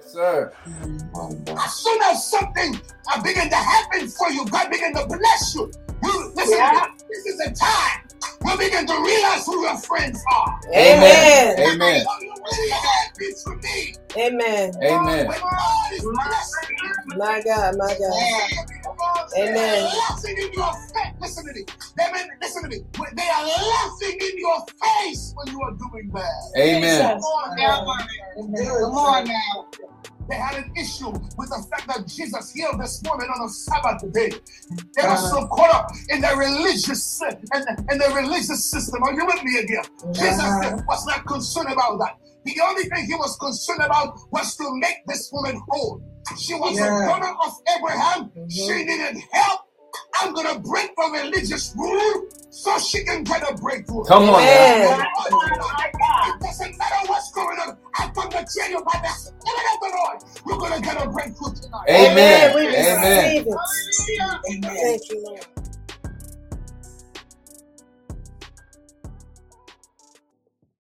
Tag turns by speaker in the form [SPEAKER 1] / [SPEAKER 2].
[SPEAKER 1] Yes, sir.
[SPEAKER 2] As soon as something uh, begin to happen for you, God begin to bless you. You listen.
[SPEAKER 3] Yeah.
[SPEAKER 2] This is a time we begin to realize who your friends are.
[SPEAKER 3] Amen.
[SPEAKER 1] Amen.
[SPEAKER 2] Oh, you really had this for me.
[SPEAKER 3] Amen.
[SPEAKER 1] Amen.
[SPEAKER 2] When God is blessing you,
[SPEAKER 3] My God, my God. Amen.
[SPEAKER 2] Laughing in your face. Listen to me. They may- listen to me. When They are laughing in your face when you are doing bad.
[SPEAKER 1] Amen.
[SPEAKER 2] Come on now, Monty. Come on now. They had an issue with the fact that Jesus healed this woman on a Sabbath day. They were so caught up in their religious and in their religious system. Are you with me again? Jesus was not concerned about that. The only thing he was concerned about was to make this woman whole. She was a daughter of Abraham. She needed help. I'm gonna break the religious rule so she can get a breakthrough.
[SPEAKER 1] Come on. now.
[SPEAKER 3] Amen.
[SPEAKER 2] It doesn't matter what's going on. I come to tell you about this. Even of the Lord, you're gonna get a breakthrough tonight.
[SPEAKER 1] Amen.
[SPEAKER 3] We
[SPEAKER 1] Amen.
[SPEAKER 3] receive it. Thank you, Lord.